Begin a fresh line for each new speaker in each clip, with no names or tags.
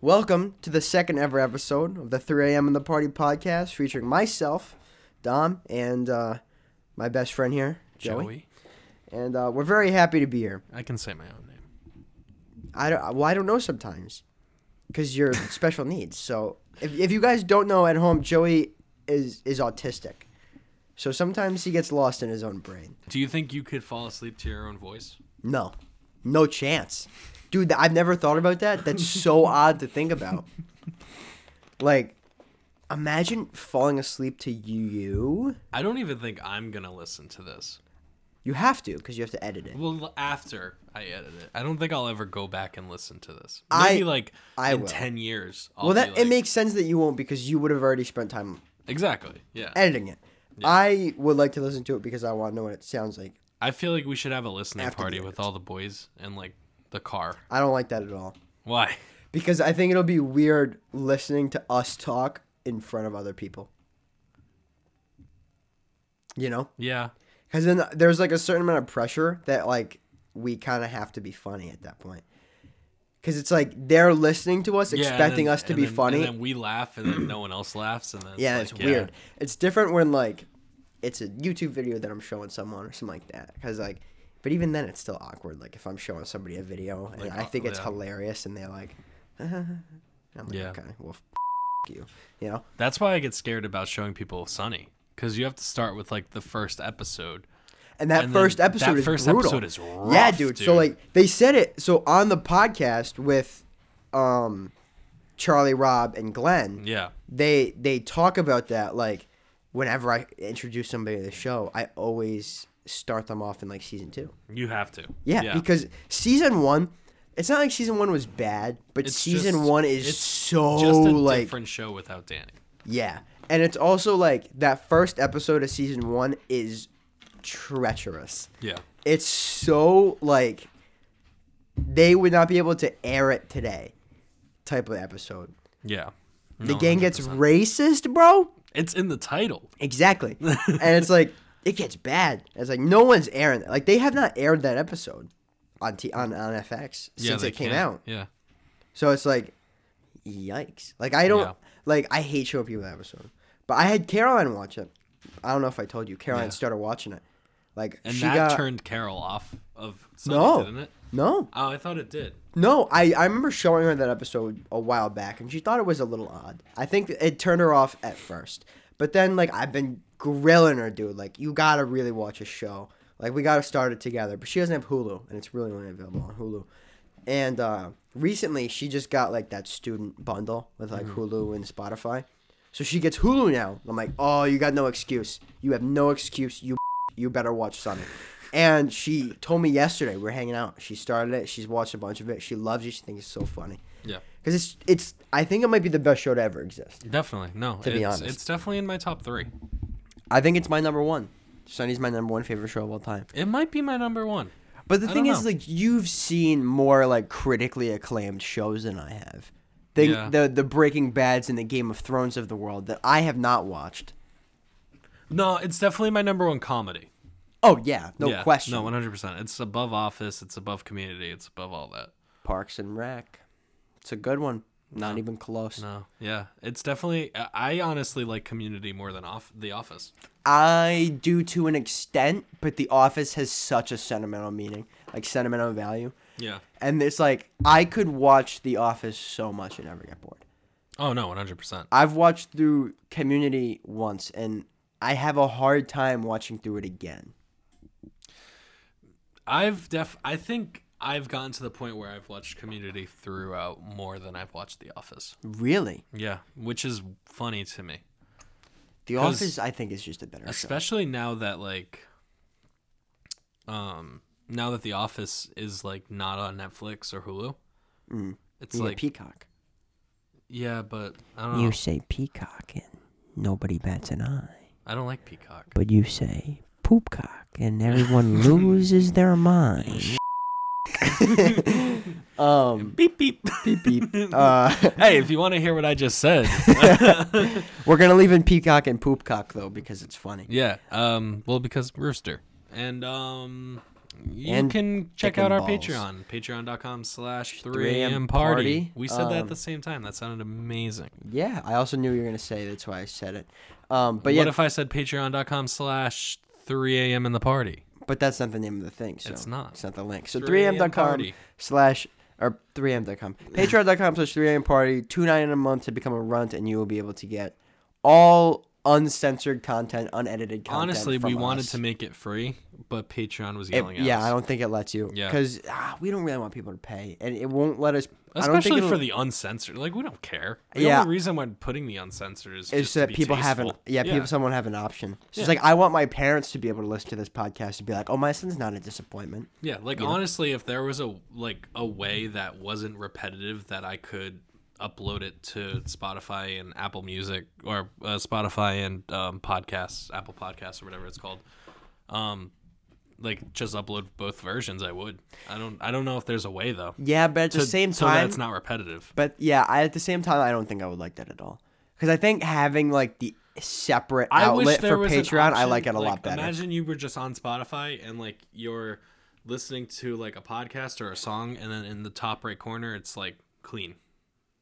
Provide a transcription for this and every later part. Welcome to the second ever episode of the 3 a.m. in the Party podcast featuring myself, Dom, and uh, my best friend here, Joey.
Joey.
And uh, we're very happy to be here.
I can say my own name.
I don't, well, I don't know sometimes because you're special needs. So if, if you guys don't know at home, Joey is, is autistic. So sometimes he gets lost in his own brain.
Do you think you could fall asleep to your own voice?
No, no chance, dude. th- I've never thought about that. That's so odd to think about. Like, imagine falling asleep to you.
I don't even think I'm gonna listen to this.
You have to because you have to edit it.
Well, l- after I edit it, I don't think I'll ever go back and listen to this.
I-
Maybe like
I
in
will.
ten years. I'll
Well,
be
that
like-
it makes sense that you won't because you would have already spent time
exactly. Yeah,
editing it. I would like to listen to it because I want to know what it sounds like.
I feel like we should have a listening
After the
party with
edit.
all the boys and like the car.
I don't like that at all
Why?
because I think it'll be weird listening to us talk in front of other people. You know?
Yeah,
Because then there's like a certain amount of pressure that like we kind of have to be funny at that point. Because it's like they're listening to us,
Yeah, and
expecting
then-
us to
and
be
then-
funny.
And then we laugh, and then no one else laughs, and then
yeah,
like,
it's weird. It's different when like it's a YouTube video that I'm showing someone or something like that. Because like, but even then it's still awkward. Like if I'm showing somebody a video and
Like,
I
uh,
think it's
yeah.
hilarious and they're like, and I'm like,
Yeah.
okay, well, f- you, you know,
That's why I get scared about showing people Sunny because you have to start with like the first episode.
and that
And then
first episode
that
is
first
brutal.
episode is
yeah,
rough,
dude. So
dude.
like they said it. So on the podcast with, um, Charlie, Rob, and Glenn,
Yeah,
they they talk about that. Like whenever I introduce somebody to the show, I always start them off in like season two.
you have to.
Yeah, because season one, it's not like season one was bad, but
It's
season
just-
one is
it's
so
just a
oh, like
different show without Danny.
yeah, and it's also like that first episode of season one is treacherous.
Yeah.
it's so like they would not be able to air it today type of episode
Yeah.
the gang gets racist bro
It's in the title.
exactly and it's like it gets bad it's like no one's airing that. like they have not aired that episode on t on, on fx since
they
it came
can't-
out
Yeah.
so it's like yikes like i don't
Yeah.
like i hate showing people that episode but i had caroline watch it i don't know if i told you caroline
Yeah.
started watching it like
And
she
that
got
turned Carol off of Sunny,
No.
didn't it?
no
Oh, I thought it did.
No, I, I remember showing her that episode a while back, and she thought it was a little odd. I think it turned her off at first, but then like I've been grilling her, dude. Like you gotta really watch a show. Like we gotta start it together. But she doesn't have Hulu, and it's really only available on Hulu. And uh, recently, she just got like that student bundle with like Hulu and Spotify, so she gets Hulu now. I'm like, oh, you got no excuse. You have no excuse. You you better watch Sunny. And she told me yesterday we are hanging out. She started it. She's watched a bunch of it. She loves it. She thinks it's so funny
Yeah.
because it's it's. I think it might be the best show to ever exist.
Definitely. No. To
be
it's,
honest.
It's definitely in my top three.
I think it's my number one. Sunny's my number one favorite show of all time.
It might be my number one.
But the
I
thing
don't
is,
know.
like you've seen more like critically acclaimed shows than I have. The,
Yeah.
the the Breaking Bad's and the Game of Thrones of the world that I have not watched.
No, it's definitely my number one comedy.
Oh yeah, no
Yeah.
question.
No, 100%. It's above Office. It's above Community. It's above all that.
Parks and Rec, it's a good one. Not even close.
No. Yeah. It's definitely. I- I honestly like Community more than off The Office.
I do to an extent, but The Office has such a sentimental meaning, like sentimental value.
Yeah.
And it's like I could watch The Office so much and never get bored.
Oh, no, 100%.
I've watched through Community once and I have a hard time watching through it again.
I've def I think I've gotten to the point where I've watched Community throughout more than I've watched The Office.
Really?
Yeah, which is funny to me,
The
'Cause-
Office I think is just a better show.
especially now that like um now that The Office is like not on Netflix or Hulu. It's
You get
like uh.
Peacock.
yeah, but I don't know.
You say peacock and nobody bats an eye.
I don't like Peacock.
But you say poopcock and everyone loses their mind. um
Beep beep.
beep beep. Uh,
hey, if you want to hear what I just said,
we're gonna leave in peacock and poopcock though because it's funny.
yeah. Um well because Rooster. And um You
And
can check
chicken
out our
balls.
Patreon, patreon.com slash
3M
3am party.
party.
We said that
Um,
at the same time. That sounded amazing.
Yeah, I also knew you were gonna say. That's why I said it. Um, but
What
yeah,
if I said patreon.com slash 3am in the party?
but that's not the name of the thing. So
It's not.
It's not the link. So
3am
3am.com
party.
slash or 3am.com patreon.com slash 3am party two nine a month to become a runt and you will be able to get all uncensored content unedited content
Honestly, we
from
wanted
us.
to make it free, but Patreon was
It-
yelling at
yeah,
us.
I don't think it lets you.
Yeah.
Because ah, we don't really want people to pay, and it won't let us. I don't think
Especially
it'll-
for the uncensored. Like, we don't care. The
Yeah.
only reason we're putting the uncensored is
It's
just to
so that
be
people have an
tasteful.
yeah, people someone have an option. So it's like I want my parents to be able to listen to this podcast and be like, "Oh, my son's not a disappointment."
Yeah, like honestly, if there was a like a way that wasn't repetitive that I could upload it to Spotify and Apple Music or uh, Spotify and um, podcasts, Apple Podcasts or whatever it's called, um, like just upload both versions, I would. I don't. I don't know if there's a way though.
Yeah, but at the
To-
same
so that
time,
it's not repetitive.
but yeah, I, at the same time, I don't think I would like that at all because I think having like the separate outlet for
an
Patreon, I
option-
like it a lot better.
Imagine you were just on Spotify and like you're listening to like a podcast or a song, and then in the top right corner, it's like clean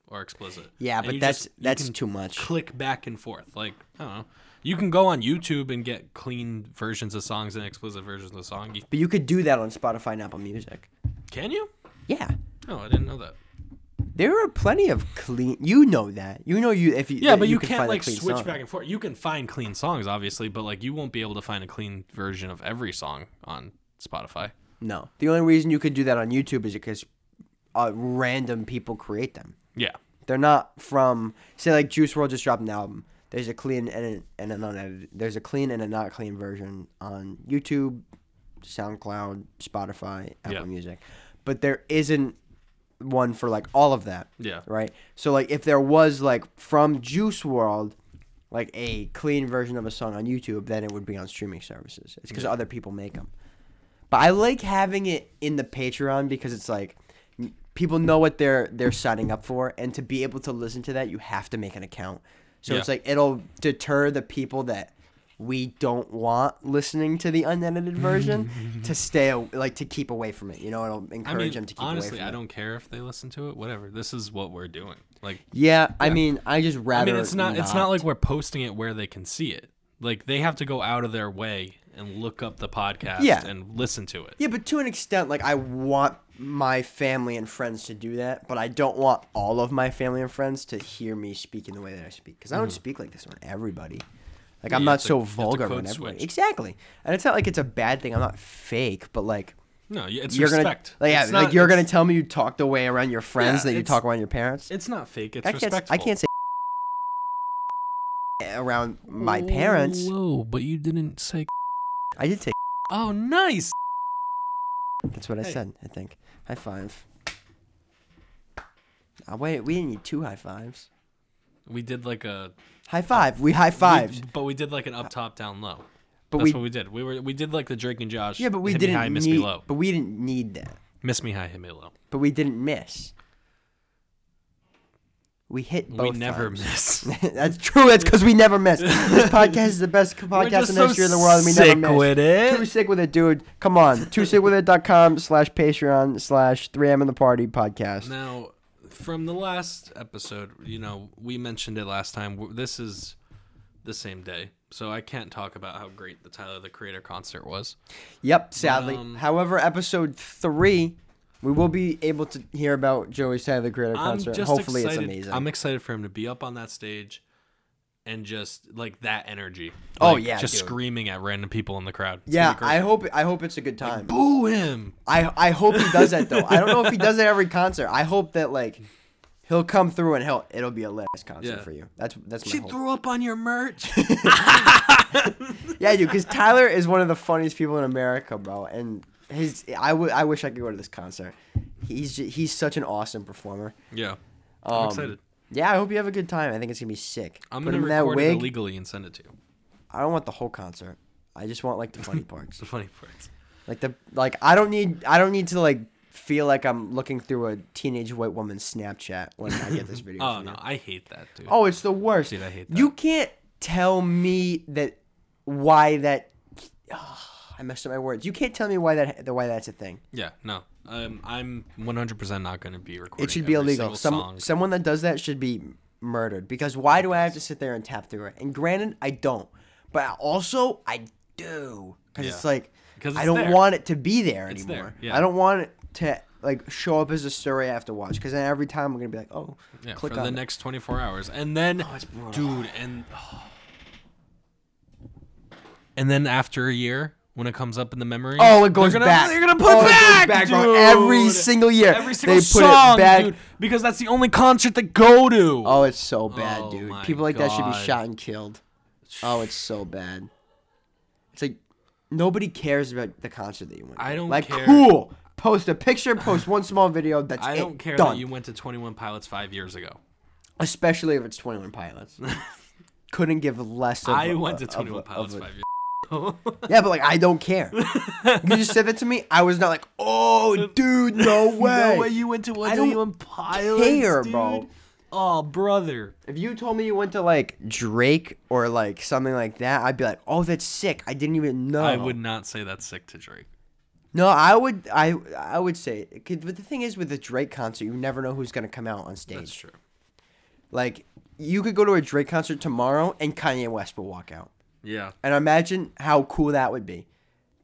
or explicit.
yeah,
And
but
you
that's
just- you
that's
can
too much.
click back and forth. Like I don't know. You can go on YouTube and get clean versions of songs and explicit versions of songs. You,
But you could do that on Spotify and Apple Music.
can you?
Yeah,
No, I didn't know that.
there are plenty of clean. You know that. You know you if you
Yeah,
that
but you,
can
can't
find a
like
clean
switch
song.
back and forth. You can find clean songs, obviously, but like you won't be able to find a clean version of every song on Spotify.
No, the only reason you could do that on YouTube is because uh, random people create them.
Yeah.
They're not from say like Juice World just dropped an album. There's a clean and an, and an unedited. There's a clean and a not clean version on YouTube, SoundCloud, Spotify, Apple
Yeah.
Music, but there isn't one for like all of that.
Yeah.
Right. So like if there was like from Juice World, like a clean version of a song on YouTube, then it would be on streaming services. It's because other people make them. But I like having it in the Patreon because it's like n- people know what they're they're signing up for, and to be able to listen to that, you have to make an account. So it's
Yeah.
like it'll deter the people that we don't want listening to the unedited version to stay aw- like to keep away from it. You know, it'll
I
encourage
mean,
them to keep away
honestly,
from
I
it.
don't care if they listen to it. Whatever. This is what we're doing. Like,
Yeah, I mean, I just rather.
I mean, it's not. It's not like we're posting it where they can see it. Like they have to go out of their way and look up the podcast
Yeah.
and listen to it.
Yeah, but to an extent, like I want my family and friends to do that, but I don't want all of my family and friends to hear me speak in the way that I speak because I don't speak like this on everybody. Like I'm
Mm-hmm. you
not
have to-
so
you have to
vulgar
code
on everybody.
switch.
Exactly, and it's not like it's a bad thing. I'm not fake, but like
No, y- it's
you're
respect.
gonna, like, yeah,
It's
like
not-
you're
it's-
gonna tell me you talk the way around your friends
Yeah,
that you
it's-
talk around your parents.
It's not fake. It's
I can't.
respectful.
I can't say around my parents.
Whoa! But you didn't say.
I did say.
Oh, nice.
That's what I
Hey.
said. I think high five. Uh, wait, we didn't need two high fives.
We did like a
High five. We high fives.
we- but we did like an up top down low.
But
That's
we-
what we did. We were we did like the Drake and Josh.
yeah, but we
hit
didn't
me high,
need.
miss me low.
But we didn't need that.
Miss me high, hit me low.
But we didn't miss. We hit both.
we never
times.
miss.
That's true. That's because we never miss. This podcast is the best podcast
just
in the
so
history of the world. and We never
sick
miss.
with it.
Too sick with it, dude. Come on. Too sick with it.com slash Patreon slash 3M and the Party podcast.
Now, from the last episode, you know, we mentioned it last time. w- This is the same day, so I can't talk about how great the Tyler the Creator concert was.
Yep, sadly.
um,
However, episode three, we will be able to hear about Joey Tyler the Creator concert.
I'm just
Hopefully,
excited.
it's amazing.
I'm excited for him to be up on that stage and just like that energy.
Oh,
Like,
yeah,
just
dude.
screaming at random people in the crowd. It's
yeah,
gonna be great.
I hope I hope it's a good time.
boo him.
I I hope he does that though. I don't know if he does it every concert. I hope that like he'll come through and he'll it'll be a lit concert
Yeah.
for you. That's that's my
She
hope.
threw up on your merch.
yeah, dude, because Tyler is one of the funniest people in America, bro. And his I would I wish I could go to this concert. He's ju- he's such an awesome performer.
yeah,
Um,
I'm excited.
Yeah, I hope you have a good time. I think it's gonna be sick.
I'm
Put
gonna
him in that
record it
wig.
illegally and send it to you.
I don't want the whole concert. I just want like the funny
It's
parts.
the funny part.
Like the like I don't need I don't need to like feel like I'm looking through a teenage white woman's Snapchat when I get this video.
Oh
from
no,
you.
I hate that dude.
Oh, it's the worst.
Dude, I hate
You can't tell me that why that. Ugh, I messed up my words. You can't tell me why that the why that's a thing.
Yeah, no. Um, I'm 100% not going to be recording.
It should be
every
illegal.
single
Some
song.
someone that does that should be murdered because why do I have to sit there and tap through it? And granted, I don't, but I- also I do because it's
Yeah.
like
'Cause
I
it's
don't
there.
want it to be there
It's
anymore.
there, yeah.
I don't want it to like show up as a story I have to watch because then every time I'm gonna be like, oh,
yeah,
click
for
on
the
it. Oh,
next 24 hours. And then
it's brutal.
dude, and And then after a year when it comes up in the memory,
Oh, it goes
they're gonna,
back.
They're going to put
Oh, it goes
back,
back,
dude.
bro. Every single year,
Every single
they put it
song,
back.
dude, because that's the only concert they go to.
Oh, it's so bad,
Oh
dude.
my
People like that should be
God.
shot and killed. Oh, it's so bad. It's like nobody cares about the concert that you went.
I
to.
don't
like.
care.
Cool. Post a picture. Post one small video. That's
I
it.
don't care
Done.
that you went to 21 Pilots 5 years ago.
Especially if it's Twenty One Pilots. Couldn't give less. Of
I
a-
went to
of a-
21
of
Pilots
a-
5 years ago.
Yeah, but like I don't care. you just said that to me. I was not like, oh, dude, no way.
No way you went to one
I don't
million pilots,
care,
dude.
bro.
Oh, brother.
If you told me you went to like Drake or like something like that, I'd be like, oh, that's sick. I didn't even know.
I would not say that's sick to Drake.
No, I would, I, I would say, 'cause- but the thing is, with a Drake concert, you never know who's gonna come out on stage.
That's true.
Like, you could go to a Drake concert tomorrow, and Kanye West will walk out.
Yeah.
And imagine how cool that would be.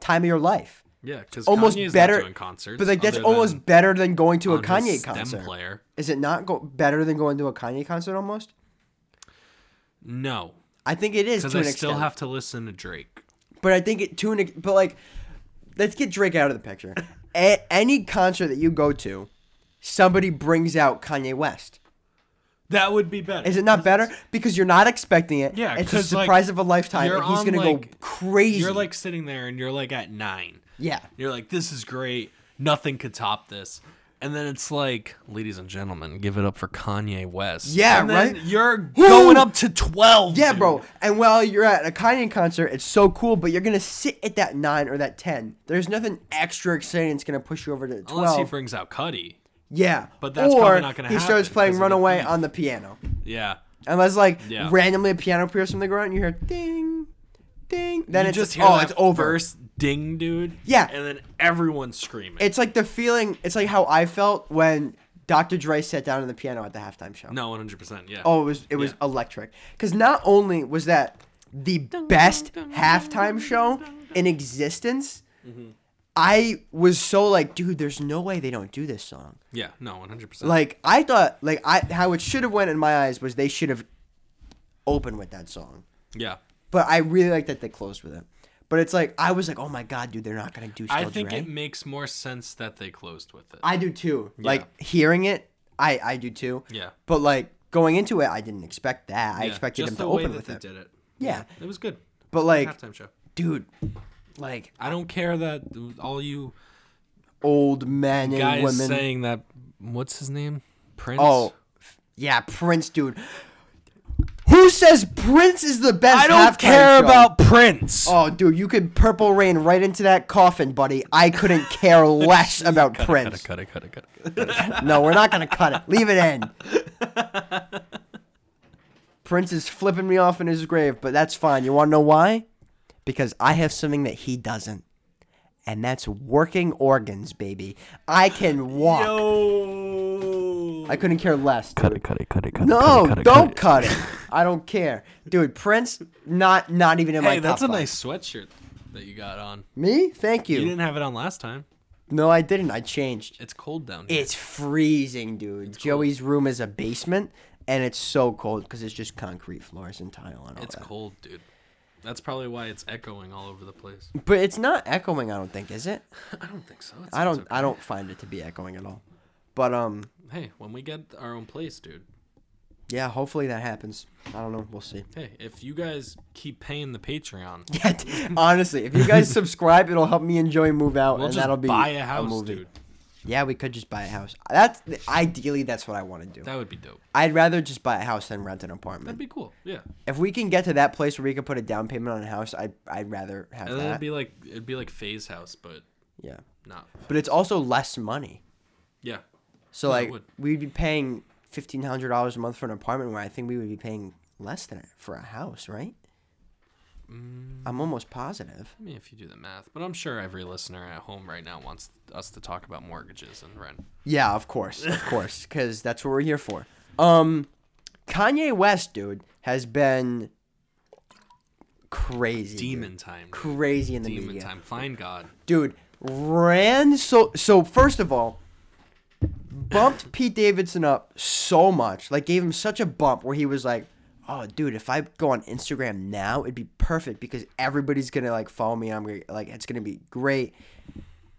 Time of your life,
Yeah, because
almost
Kanye's
better.
not doing concerts,
but like that's
other
almost
than
better than going to a
on his
Kanye
stem
concert.
Player.
Is it not go- better than going to a Kanye concert? Almost,
No,
I think it is.
because
To
I
an
still
extent.
have to listen to Drake.
But I think it to an ex- but like, let's get Drake out of the picture. A- any concert that you go to, somebody brings out Kanye West.
That would be better.
Is it not better because you're not expecting it?
Yeah,
it's a
'cause, like,
surprise of a lifetime,
you're
and he's
on,
gonna
like-
go crazy.
You're like sitting there and you're like at nine.
yeah,
You're like, this is great. Nothing could top this. And then it's like, ladies and gentlemen, give it up for Kanye West.
Yeah,
And then
right?
You're going up to twelve.
yeah,
dude.
bro. And while you're at a Kanye concert, it's so cool, but you're gonna sit at that nine or that ten. There's nothing extra exciting that's gonna push you over to
Unless he
twelve.
brings out Cuddy.
yeah,
but that's
or
probably not gonna
he
happen
starts
'cause
playing
of the
Runaway
beef.
on the piano.
Yeah.
Unless like
Yeah.
randomly a piano player or something go around and you hear ding, ding. Then
you
it's
just
just
hear
oh,
that
it's over.
First ding, dude.
Yeah.
and then everyone's screaming.
It's like the feeling. It's like how I felt when Dr. Dre sat down on the piano at the halftime show.
no, one hundred percent. Yeah.
Oh, it was it was electric. Because not only was that the best halftime show in existence,
Mm-hmm.
I was so like, dude, there's no way they don't do this song.
yeah. No, one hundred percent.
Like I thought, like I how it should have went in my eyes was they should have opened with that song.
Yeah.
But I really like that they closed with it. But it's like I was like, oh my god, dude, they're not gonna do. Still
I think
Dre.
it makes more sense that they closed with it.
I do too. Like hearing it, I I do too.
Yeah.
But like going into it, I didn't expect that. I
Yeah,
expected
just
them
the
to
way
open
that
with
they
it.
did it.
Yeah.
it was good.
But like,
halftime show.
dude, like
I don't care that all you
old men and
guys
women.
saying that. What's his name? Prince.
oh, yeah, Prince, dude. Who says Prince is the best?
I don't
halftime
care
show?
about Prince.
Oh, dude, you could purple rain right into that coffin, buddy. I couldn't care less about Prince.
Cut it, cut it, cut it, cut it.
No, we're not gonna cut it. Leave it in. Prince is flipping me off in his grave, but that's fine. You wanna know why? Because I have something that he doesn't. And that's working organs, baby. I can walk.
Yo.
I couldn't care less.
Cut it, cut it, cut it, cut
No,
it. cut it,
don't
it.
cut it. I don't care. Dude, Prince, not not even in my
Hey, that's a
top five.
nice sweatshirt that you got on.
Me? Thank
You
you.
didn't have it on last time.
No, I didn't. I changed.
It's cold down here.
It's freezing, dude. Joey's room is a basement, and it's so cold because it's just concrete floors and tile and all
it's
that.
cold, dude. That's probably why it's echoing all over the place.
But it's not echoing. I don't think is it.
I don't think so. It
I
sounds
don't. I don't find it to be echoing at all. But um,
okay. Hey, when we get our own place, dude.
yeah. Hopefully that happens. I don't know. We'll see.
Hey, if you guys keep paying the Patreon,
Yeah. t- Honestly, if you guys subscribe, it'll help me and Joey move out,
we'll
and
just
that'll be
buy a house,
movie.
dude.
Yeah, we could just buy a house. That's ideally that's what I want to do.
That would be dope.
I'd rather just buy a house than rent an apartment.
That'd be cool. Yeah,
if we can get to that place where we can put a down payment on a house, I I'd rather have
and then
that.
it'd be like it'd be like Phase House, but
yeah.
not.
But it's also less money.
Yeah,
So
Yeah, it
like
would.
we'd be paying fifteen hundred dollars a month for an apartment where I think we would be paying less than it for a house, right?
Mm,
I'm almost positive.
I mean, if you do the math, but I'm sure every listener at home right now wants us to talk about mortgages and rent.
Yeah, of course, of course, because that's what we're here for. Um, Kanye West, dude, has been crazy, dude.
Demon time.
crazy in the
Demon
media,
time. Find God.
dude. Ran so so. First of all, bumped Pete Davidson up so much, like gave him such a bump where he was like, "Oh, dude, if I go on Instagram now, it'd be perfect because everybody's gonna like follow me. And I'm gonna, like, it's gonna be great."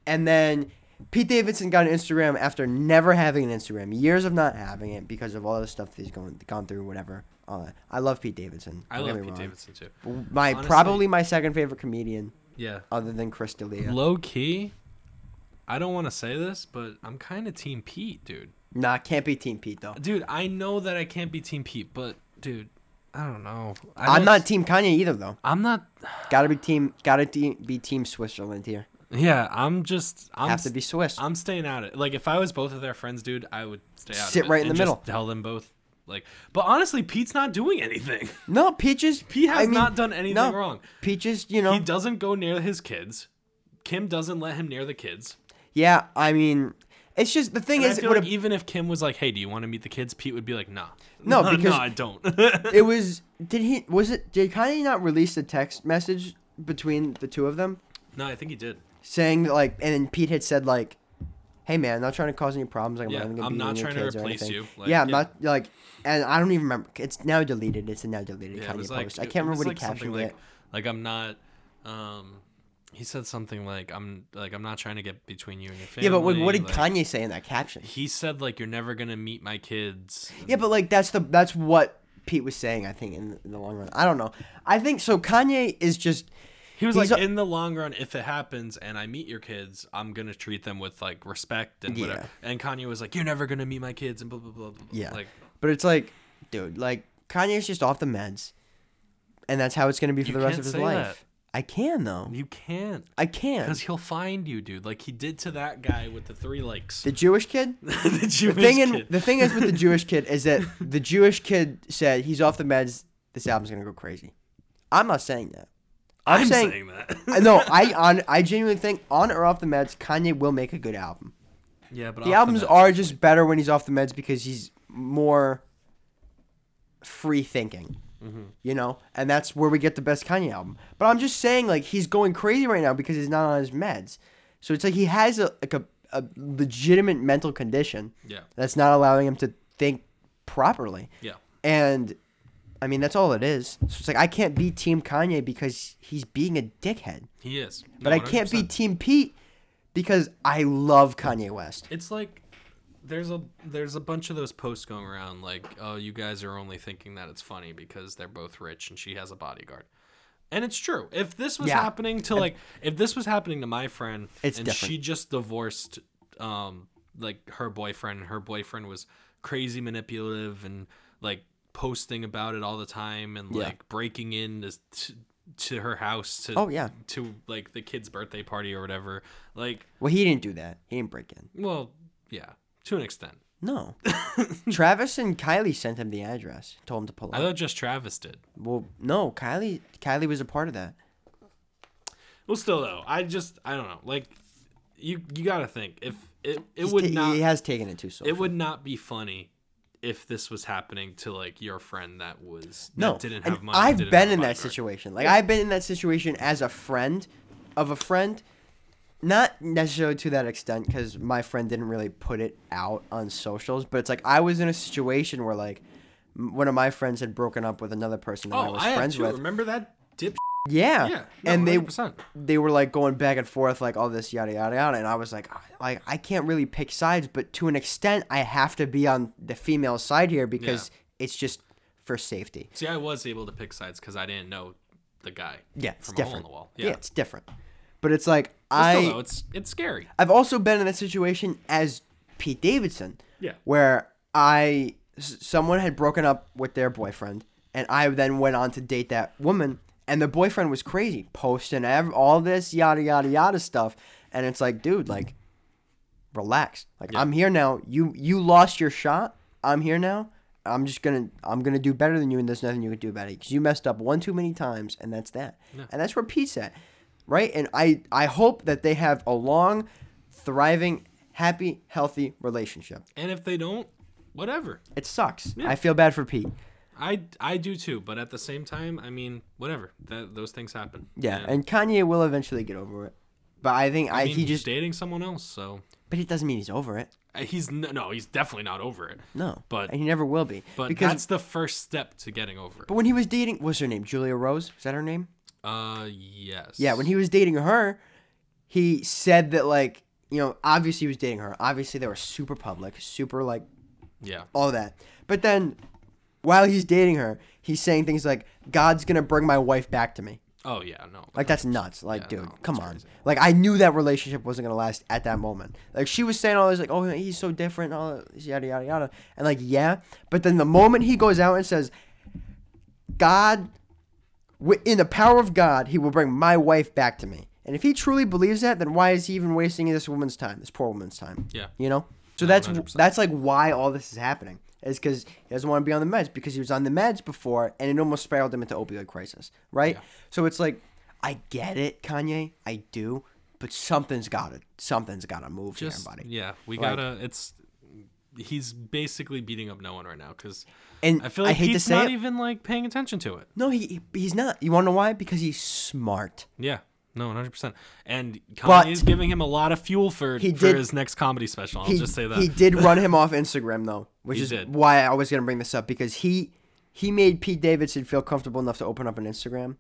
And then Pete Davidson got an Instagram after never having an Instagram, years of not having it because of all the stuff that he's going gone through, whatever. Uh, I love Pete Davidson.
I
don't get
love
me
Pete
wrong.
Davidson too.
My
Honestly-
probably my second favorite comedian
Yeah.
other than Chris D'Elia.
Low key, I don't want to say this, but I'm kind of Team Pete, dude.
Nah, can't be Team Pete though.
Dude, I know that I can't be Team Pete, but dude, I don't know. I
I'm
know
not
it's-
Team Kanye either though.
I'm not.
Gotta be team. Gotta te- be team Switzerland here.
Yeah, I'm just. I'm
Have to be Swiss.
I'm staying out of it. Like if I was both of their friends, dude, I would stay out.
Sit
of it
right in
and
the
just
middle.
Tell them both. Like, but honestly, Pete's not doing anything.
no, Peaches.
Pete has
I mean,
not done anything
no.
wrong.
Peaches, you know.
He doesn't go near his kids. Kim doesn't let him near the kids.
yeah, I mean, it's just the thing
And I
is, it
feel
would
like
have.
even if Kim was like, "Hey, do you want to meet the kids?" Pete would be like, "Nah,
No,
no,
because-
I don't."
it was. Did he? Was it? Did Kanye not release the text message between the two of them
no, I think he did.
saying that like, and then Pete had said like, "Hey man, I'm not trying to cause any problems. Like, I'm
Yeah,
not even gonna
I'm
be
not
in your
trying to
kids or
replace
anything."
you, like,
yeah, I'm
yeah.
not like, and I don't even remember. It's now deleted. It's a now deleted
Yeah, it
Kanye
was
post.
like
I can't
it
remember
was
what
like
he
something
captioned
like,
it.
Like I'm not. Um, he said something like, "I'm like I'm not trying to get between you and your family."
Yeah, but what, what did
like-
Kanye say in that caption?
He said like you're never gonna meet my kids.
Yeah, but like that's the that's what Pete was saying. I think in the, in the long run, I don't know. I think so. Kanye is just
He was
He's
like,
a-
in the long run, if it happens and I meet your kids, I'm gonna treat them with like respect and whatever.
Yeah.
And Kanye was like, you're never gonna meet my kids and blah blah blah. blah. blah.
yeah,
Like
but it's like, dude, like Kanye's just off the meds, and that's how it's gonna be for
You
the rest
can't
of his
say
life.
that.
I can though.
you can't,
I can.
because he'll find you, dude. Like he did to that guy with the three likes.
The Jewish kid.
the
The
Jewish
thing in,
kid.
the thing is with the Jewish kid is that the Jewish kid said he's off the meds. This album's gonna go crazy. I'm not saying that.
I'm,
saying-
saying, that.
I- no, I on I genuinely think on or off the meds, Kanye will make a good album.
yeah, but
the
off
albums
meds.
are just better when he's off the meds because he's more free thinking
Mm-hmm.
you know and that's where we get the best kanye album but i'm just saying like he's going crazy right now because he's not on his meds so it's like he has a like a, a legitimate mental condition
Yeah,
that's not allowing him to think properly
yeah.
and i mean that's all it is so it's like i can't be team kanye because he's being a dickhead
He is. No,
but i can't be
100%.
team pete because i love kanye west
it's like there's a there's a bunch of those posts going around like oh you guys are only thinking that it's funny because they're both rich and she has a bodyguard and it's true if this was
Yeah.
happening to like if this was happening to my friend
It's
and she just divorced um like her boyfriend and her boyfriend was crazy manipulative and like posting about it all the time and
Yeah.
like breaking in to, to, to her house to
Oh, yeah.
to like the kid's birthday party or whatever like
Well, he didn't do that. He didn't break in.
well yeah to an extent
No. Travis and Kylie sent him the address. Told him to pull
I
up.
thought just Travis did.
Well, no, Kylie. Kylie was a part of that.
Well, still though, I just I don't know. Like, you you gotta think if it it
He's
would
ta- He
not
has taken it too so.
it would not be funny if this was happening to like your friend that was
no.
that didn't
and
have money.
I've
didn't
been
have a
in that
bodyguard.
situation. Like I've been in that situation as a friend, of a friend, not necessarily to that extent because my friend didn't really put it out on socials. But it's like I was in a situation where like m- one of my friends had broken up with another person that I
Oh,
was
I, have
friends
too.
with.
Remember that dip?
Yeah.
Yeah,
and they
100%.
they were like going back and forth like all this yada yada yada and I was like I- like I can't really pick sides but to an extent I have to be on the female side here because it's just for safety.
See, I was able to pick sides because I didn't know the guy.
Yeah, it's
from a hole in
different.
the wall.
Yeah.
Yeah,
it's different. But it's like
But
I
still though, it's it's scary.
I've also been in that situation as Pete Davidson.
Yeah.
Where I s- someone had broken up with their boyfriend, and I then went on to date that woman, and the boyfriend was crazy, posting ev- all this yada yada yada stuff, and it's like, dude, like, relax. Like I'm here now. You you lost your shot. I'm here now. I'm just gonna I'm gonna do better than you, and there's nothing you can do about it because you messed up one too many times, and that's that. And that's where Pete's at, right? And I I hope that they have a long, thriving, happy, healthy relationship.
And if they don't, whatever.
It sucks. I feel bad for Pete.
I I do too, but at the same time, I mean, whatever. That those things happen.
Yeah, and Kanye will eventually get over it, but I think I,
I mean,
he
he's
just
dating someone else, so
but it doesn't mean he's over it.
Uh, he's no, no, he's definitely not over it.
No,
But-
and he never will be.
But
because
that's the first step to getting over it.
but when he was dating, what's her name? Julia Rose. Is that her name?
Uh, yes.
Yeah, when he was dating her, he said that like, you know, obviously he was dating her. Obviously they were super public, super like
yeah,
all that. But then while he's dating her, he's saying things like, God's gonna bring my wife back to me.
oh yeah, no,
Like that's nuts. Like, dude,
no,
come
that's
on.
crazy.
Like I knew that relationship wasn't gonna last at that moment. Like she was saying all this, like, oh, he's so different, all this, yada yada yada, and like, yeah. But then the moment he goes out and says, God, wi- in the power of God, He will bring my wife back to me. And if he truly believes that, then why is he even wasting this woman's time, this poor woman's time?
Yeah.
you know. So that's
100%.
that's like why all this is happening is because he doesn't want to be on the meds because he was on the meds before and it almost spiraled him into opioid crisis, right? So it's like, I get it, Kanye, I do, but something's got to something's got to move
just
here, buddy.
yeah, we
Like-
gotta. It's he's basically beating up no one right now because
And
I feel like
I hate to
he's
say
not
it.
even like paying attention to it.
no, he he's not. You want to know why? Because he's smart.
Yeah. No, 100%. And
But-
Kanye's giving him a lot of fuel for,
He
for
did-
his next comedy special. I'll
he,
just say that.
he did run him off Instagram though, which
He
is
did.
why I was gonna bring this up because he he made Pete Davidson feel comfortable enough to open up an Instagram,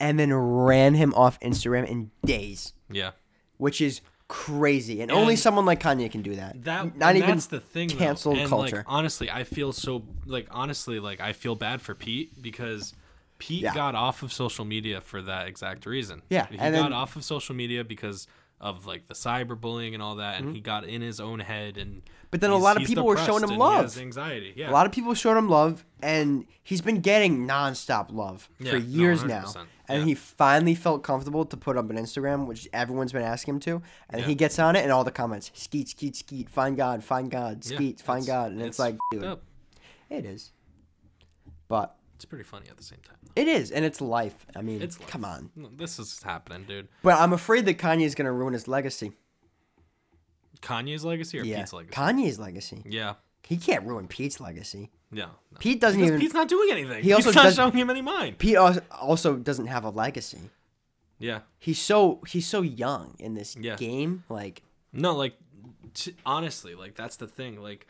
and then ran him off Instagram in days,
yeah.
which is crazy. And, only
And
someone like Kanye can do that.
That
not
and
even
that's the thing. though.
cancel
And, like,
culture.
honestly, I feel so like honestly like I feel bad for Pete because Pete
Yeah.
got off of social media for that exact reason.
Yeah,
he
and
got
then-
off of social media because of like the cyberbullying and all that, and he got in his own head and.
Mm-hmm. But then a lot of
he's
people were showing
depressed
him
and he
love.
has anxiety. Yeah,
a lot of people showed him love, and he's been getting nonstop love
Yeah,
for
no,
years now.
100%,
And
yeah.
he finally felt comfortable to put up an Instagram, which everyone's been asking him to. And
Yeah.
he gets on it, and all the comments skeet, skeet, skeet, find God, find God,
Yeah,
skeet, find
it's-
God. And it's, like,
f***ed
dude,
up.
it is. But
it's pretty funny at the same time. though.
it is, and it's life. I mean,
It's life.
come on.
No, This is happening, dude.
But I'm afraid that Kanye's going to ruin his legacy.
Kanye's legacy or
Yeah.
Pete's legacy?
Kanye's legacy.
yeah,
He can't ruin Pete's legacy.
yeah. no.
Pete doesn't
Because
even.
Pete's not doing anything.
He
He's
also
not
does-
showing him any mind.
Pete al- also doesn't have a legacy.
Yeah.
he's so he's so young in this
Yeah.
game. Like
No, like t- honestly, like that's the thing. Like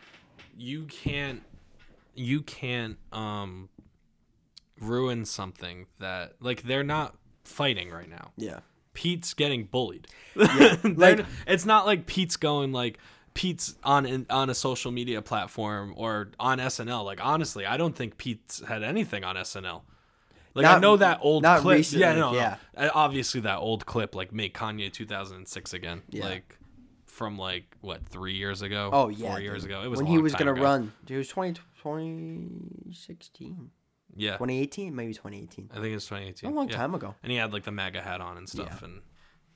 you can't you can't um ruin something that like they're not fighting right now.
yeah,
Pete's getting bullied. They're
like-
n- it's not like Pete's going like Pete's on in, on a social media platform or on SNL. Like honestly, I don't think Pete's had anything on SNL. Like I
Not-
know that old
not
clip. yeah,
recently,
no, no.
yeah.
Uh, Obviously, that old clip like make Kanye 2006 again. Like from like what three years ago?
oh yeah,
four years
dude.
ago. It was a
when he
long
was
time
gonna
ago.
run. Dude, it was 20, 2016,
Yeah,
2018, maybe twenty eighteen.
I think it's 2018.
A long
Yeah.
time ago.
And he had like the MAGA hat on and stuff. And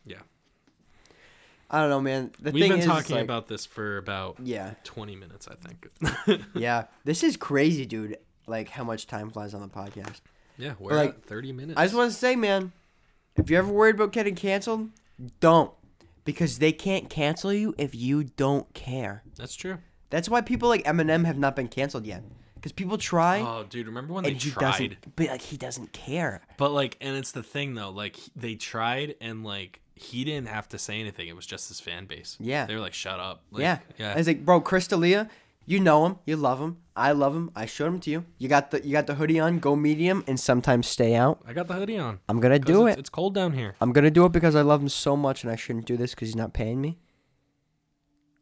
yeah,
I don't know, man. The
we've
thing
been
is,
talking
like,
about this for about
yeah,
20 minutes, I think.
yeah. This is crazy, dude. Like how much time flies on the podcast.
yeah, we're
But, like,
at 30 minutes.
I just want to say, man, if you're ever worried about getting canceled, don't, because they can't cancel you if you don't care.
That's true.
That's why people like Eminem have not been canceled yet, because people try.
Oh, dude, remember when they
and he
tried?
doesn't, but like he doesn't care.
But like, and it's the thing though, like he- they tried and like he didn't have to say anything. It was just his fan base.
Yeah.
they were like, "Shut up." Like,
yeah.
yeah.
I was like, bro, Chris D'Elia, you know him, you love him. I love him. I showed him to you. You got the you got the hoodie on. Go medium and sometimes stay out.
I got the hoodie on.
I'm gonna
'Cause
do
it's-
it.
It's cold down here.
I'm gonna do it because I love him so much, and I shouldn't do this because he's not paying me.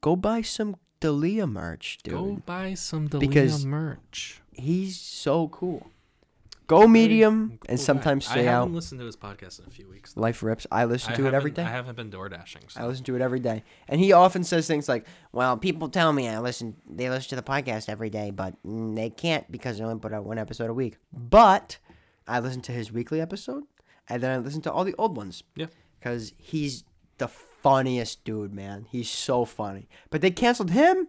Go buy some D'Elia merch, dude.
Go buy some Delia
Because-
merch.
He's so cool. Go medium
Cool
and
guy.
sometimes
I
stay
haven't
out.
listened to his podcast in a few weeks.
Life rips. I listen
I
to it every
haven't-
day.
I haven't been door dashing. So.
I listen to it every day, and he often says things like, "Well, people tell me I listen, they listen to the podcast every day, but mm, they can't because I only put out one episode a week." But I listen to his weekly episode, and then I listen to all the old ones
Yeah,
because he's the funniest dude, man. He's so funny. But they canceled him.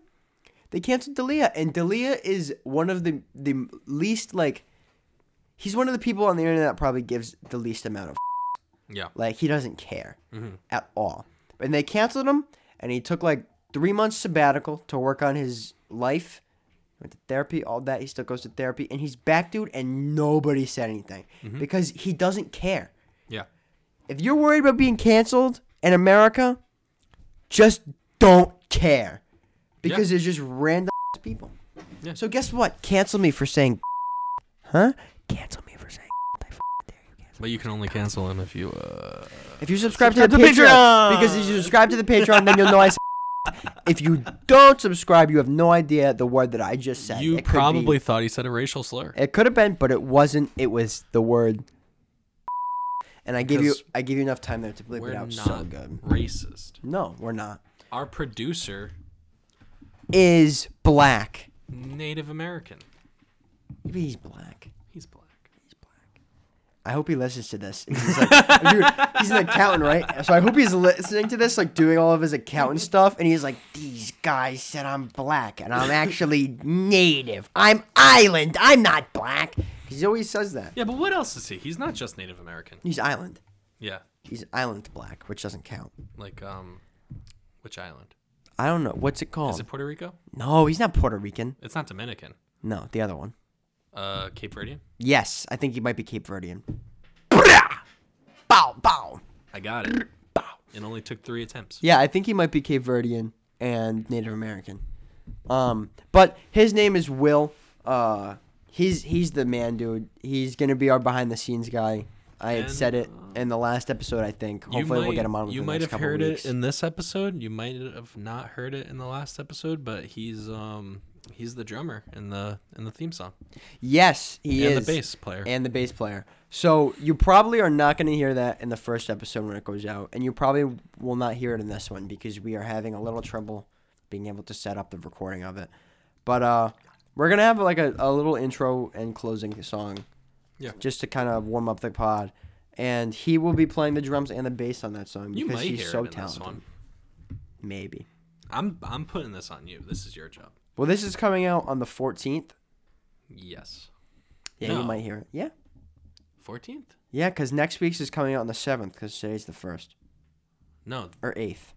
They canceled Dalia, and Dalia is one of the the least like. He's one of the people on the internet that probably gives the least amount of.
Yeah.
Like he doesn't care at all. And they canceled him, and he took like three months sabbatical to work on his life. Went to therapy, all that. He still goes to therapy, and he's back, dude. And nobody said anything because he doesn't care.
Yeah.
If you're worried about being canceled in America, just don't care because it's just random people.
Yeah.
So guess what? Cancel me for saying, huh? Cancel me for saying. I f- dare you cancel.
But you can only cancel him if you. Uh...
If you subscribe,
Subscribe
to the
to
Patreon,
Patreon!
because if you subscribe to the Patreon, then you'll know I. said If you don't subscribe, you have no idea the word that I just said.
You
It could be-
probably thought he said a racial slur.
it could have been, but it wasn't. It was the word. And I give you,
Because
I give you enough time there to bleep
We're
it out.
not
So good.
racist.
No, we're not.
Our producer,
is black.
Native American.
Maybe he's black.
He's black.
I hope he listens to this. He's, like, dude, he's an accountant, right? So I hope he's listening to this, like doing all of his accountant stuff, and he's like, "These guys said I'm black, and I'm actually native. I'm island. I'm not black." 'Cause He always says that.
Yeah, but what else is he? He's not just Native American.
He's island.
Yeah,
He's island black, which doesn't count.
like um, which island?
I don't know what's it called.
Is it Puerto Rico?
no, he's not Puerto Rican.
It's not Dominican.
No, the other one.
Uh, Cape Verdean.
Yes, I think he might be Cape Verdean. Bow, bow.
I got it. It only took three attempts.
Yeah, I think he might be Cape Verdean and Native American. Um, but his name is Will. Uh, he's he's the man, dude. He's gonna be our behind the scenes guy. I had
And, uh,
said it in the last episode, I think. Hopefully, we'll get him on.
You
within the
might
next
have
couple
heard
weeks.
it in this episode. You might have not heard it in the last episode, but he's um he's the drummer in the in the theme song
Yes, he
and
is.
the bass player.
and the bass player. So you probably are not going to hear that in the first episode when it goes out, and you probably will not hear it in this one because we are having a little trouble being able to set up the recording of it. But uh, we're gonna have like a, a little intro and closing song,
Yeah.
just to kind of warm up the pod. And he will be playing the drums and the bass on that song
you
because
might
he's
hear
so
it in
talented.
this one.
Maybe.
I'm I'm putting this on you. This is your job.
Well, this is coming out on the 14th.
Yes.
Yeah,
No.
you might hear it. Yeah,
Fourteenth?
yeah, because next week's is coming out on the 7th because today's the first
No,
or 8th.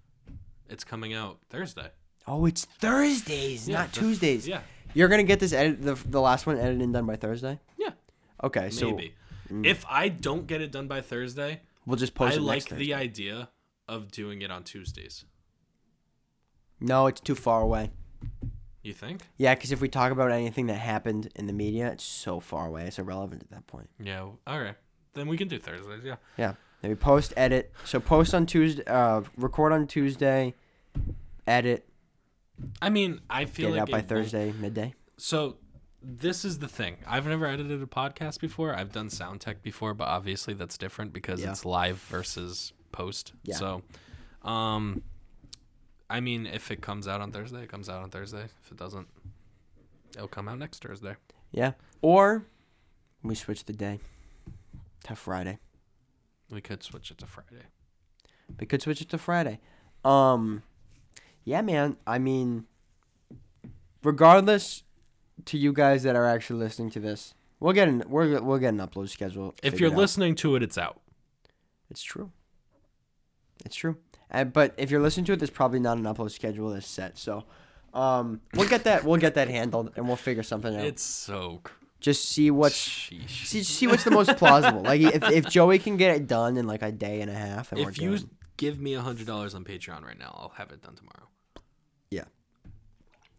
it's coming out Thursday.
Oh, it's Thursdays,
Yeah,
not
the-
Tuesdays.
Yeah.
You're gonna get this edit, the, the last one edited and done by Thursday.
Yeah.
Okay, so
Maybe. If I don't get it done by Thursday,
we'll just post
I
it
like
next Thursday.
the idea of doing it on Tuesdays.
No, it's too far away.
You think?
Yeah, because if we talk about anything that happened in the media, it's so far away. It's irrelevant at that point.
Yeah. All right. Then we can do Thursdays. Yeah.
Yeah, maybe post edit. So post on Tuesday, uh, record on Tuesday, edit,
I mean, I feel
get it
like
out by
it won't-
Thursday midday.
So this is the thing. I've never edited a podcast before. I've done sound tech before, but obviously that's different because
Yeah.
it's live versus post.
Yeah.
So, um, I mean, if it comes out on Thursday, it comes out on Thursday. If it doesn't, it'll come out next Thursday.
Yeah, or we switch the day to Friday.
We could switch it to Friday.
We could switch it to Friday. Um, yeah, man. I mean, regardless to you guys that are actually listening to this, we'll get an we're, we'll get an upload schedule.
If
figured
you're
out.
listening to it, it's out.
it's true. It's true. And, but if you're listening to it, there's probably not an upload schedule that's set. So, um, we'll get that we'll get that handled and we'll figure something out.
It's so cr-
Just see what's
sheesh.
see, see what's the most plausible. Like if, if Joey can get it done in like a day and a half, and
If
we're
you
done.
give me a hundred dollars on Patreon right now, I'll have it done tomorrow.
Yeah.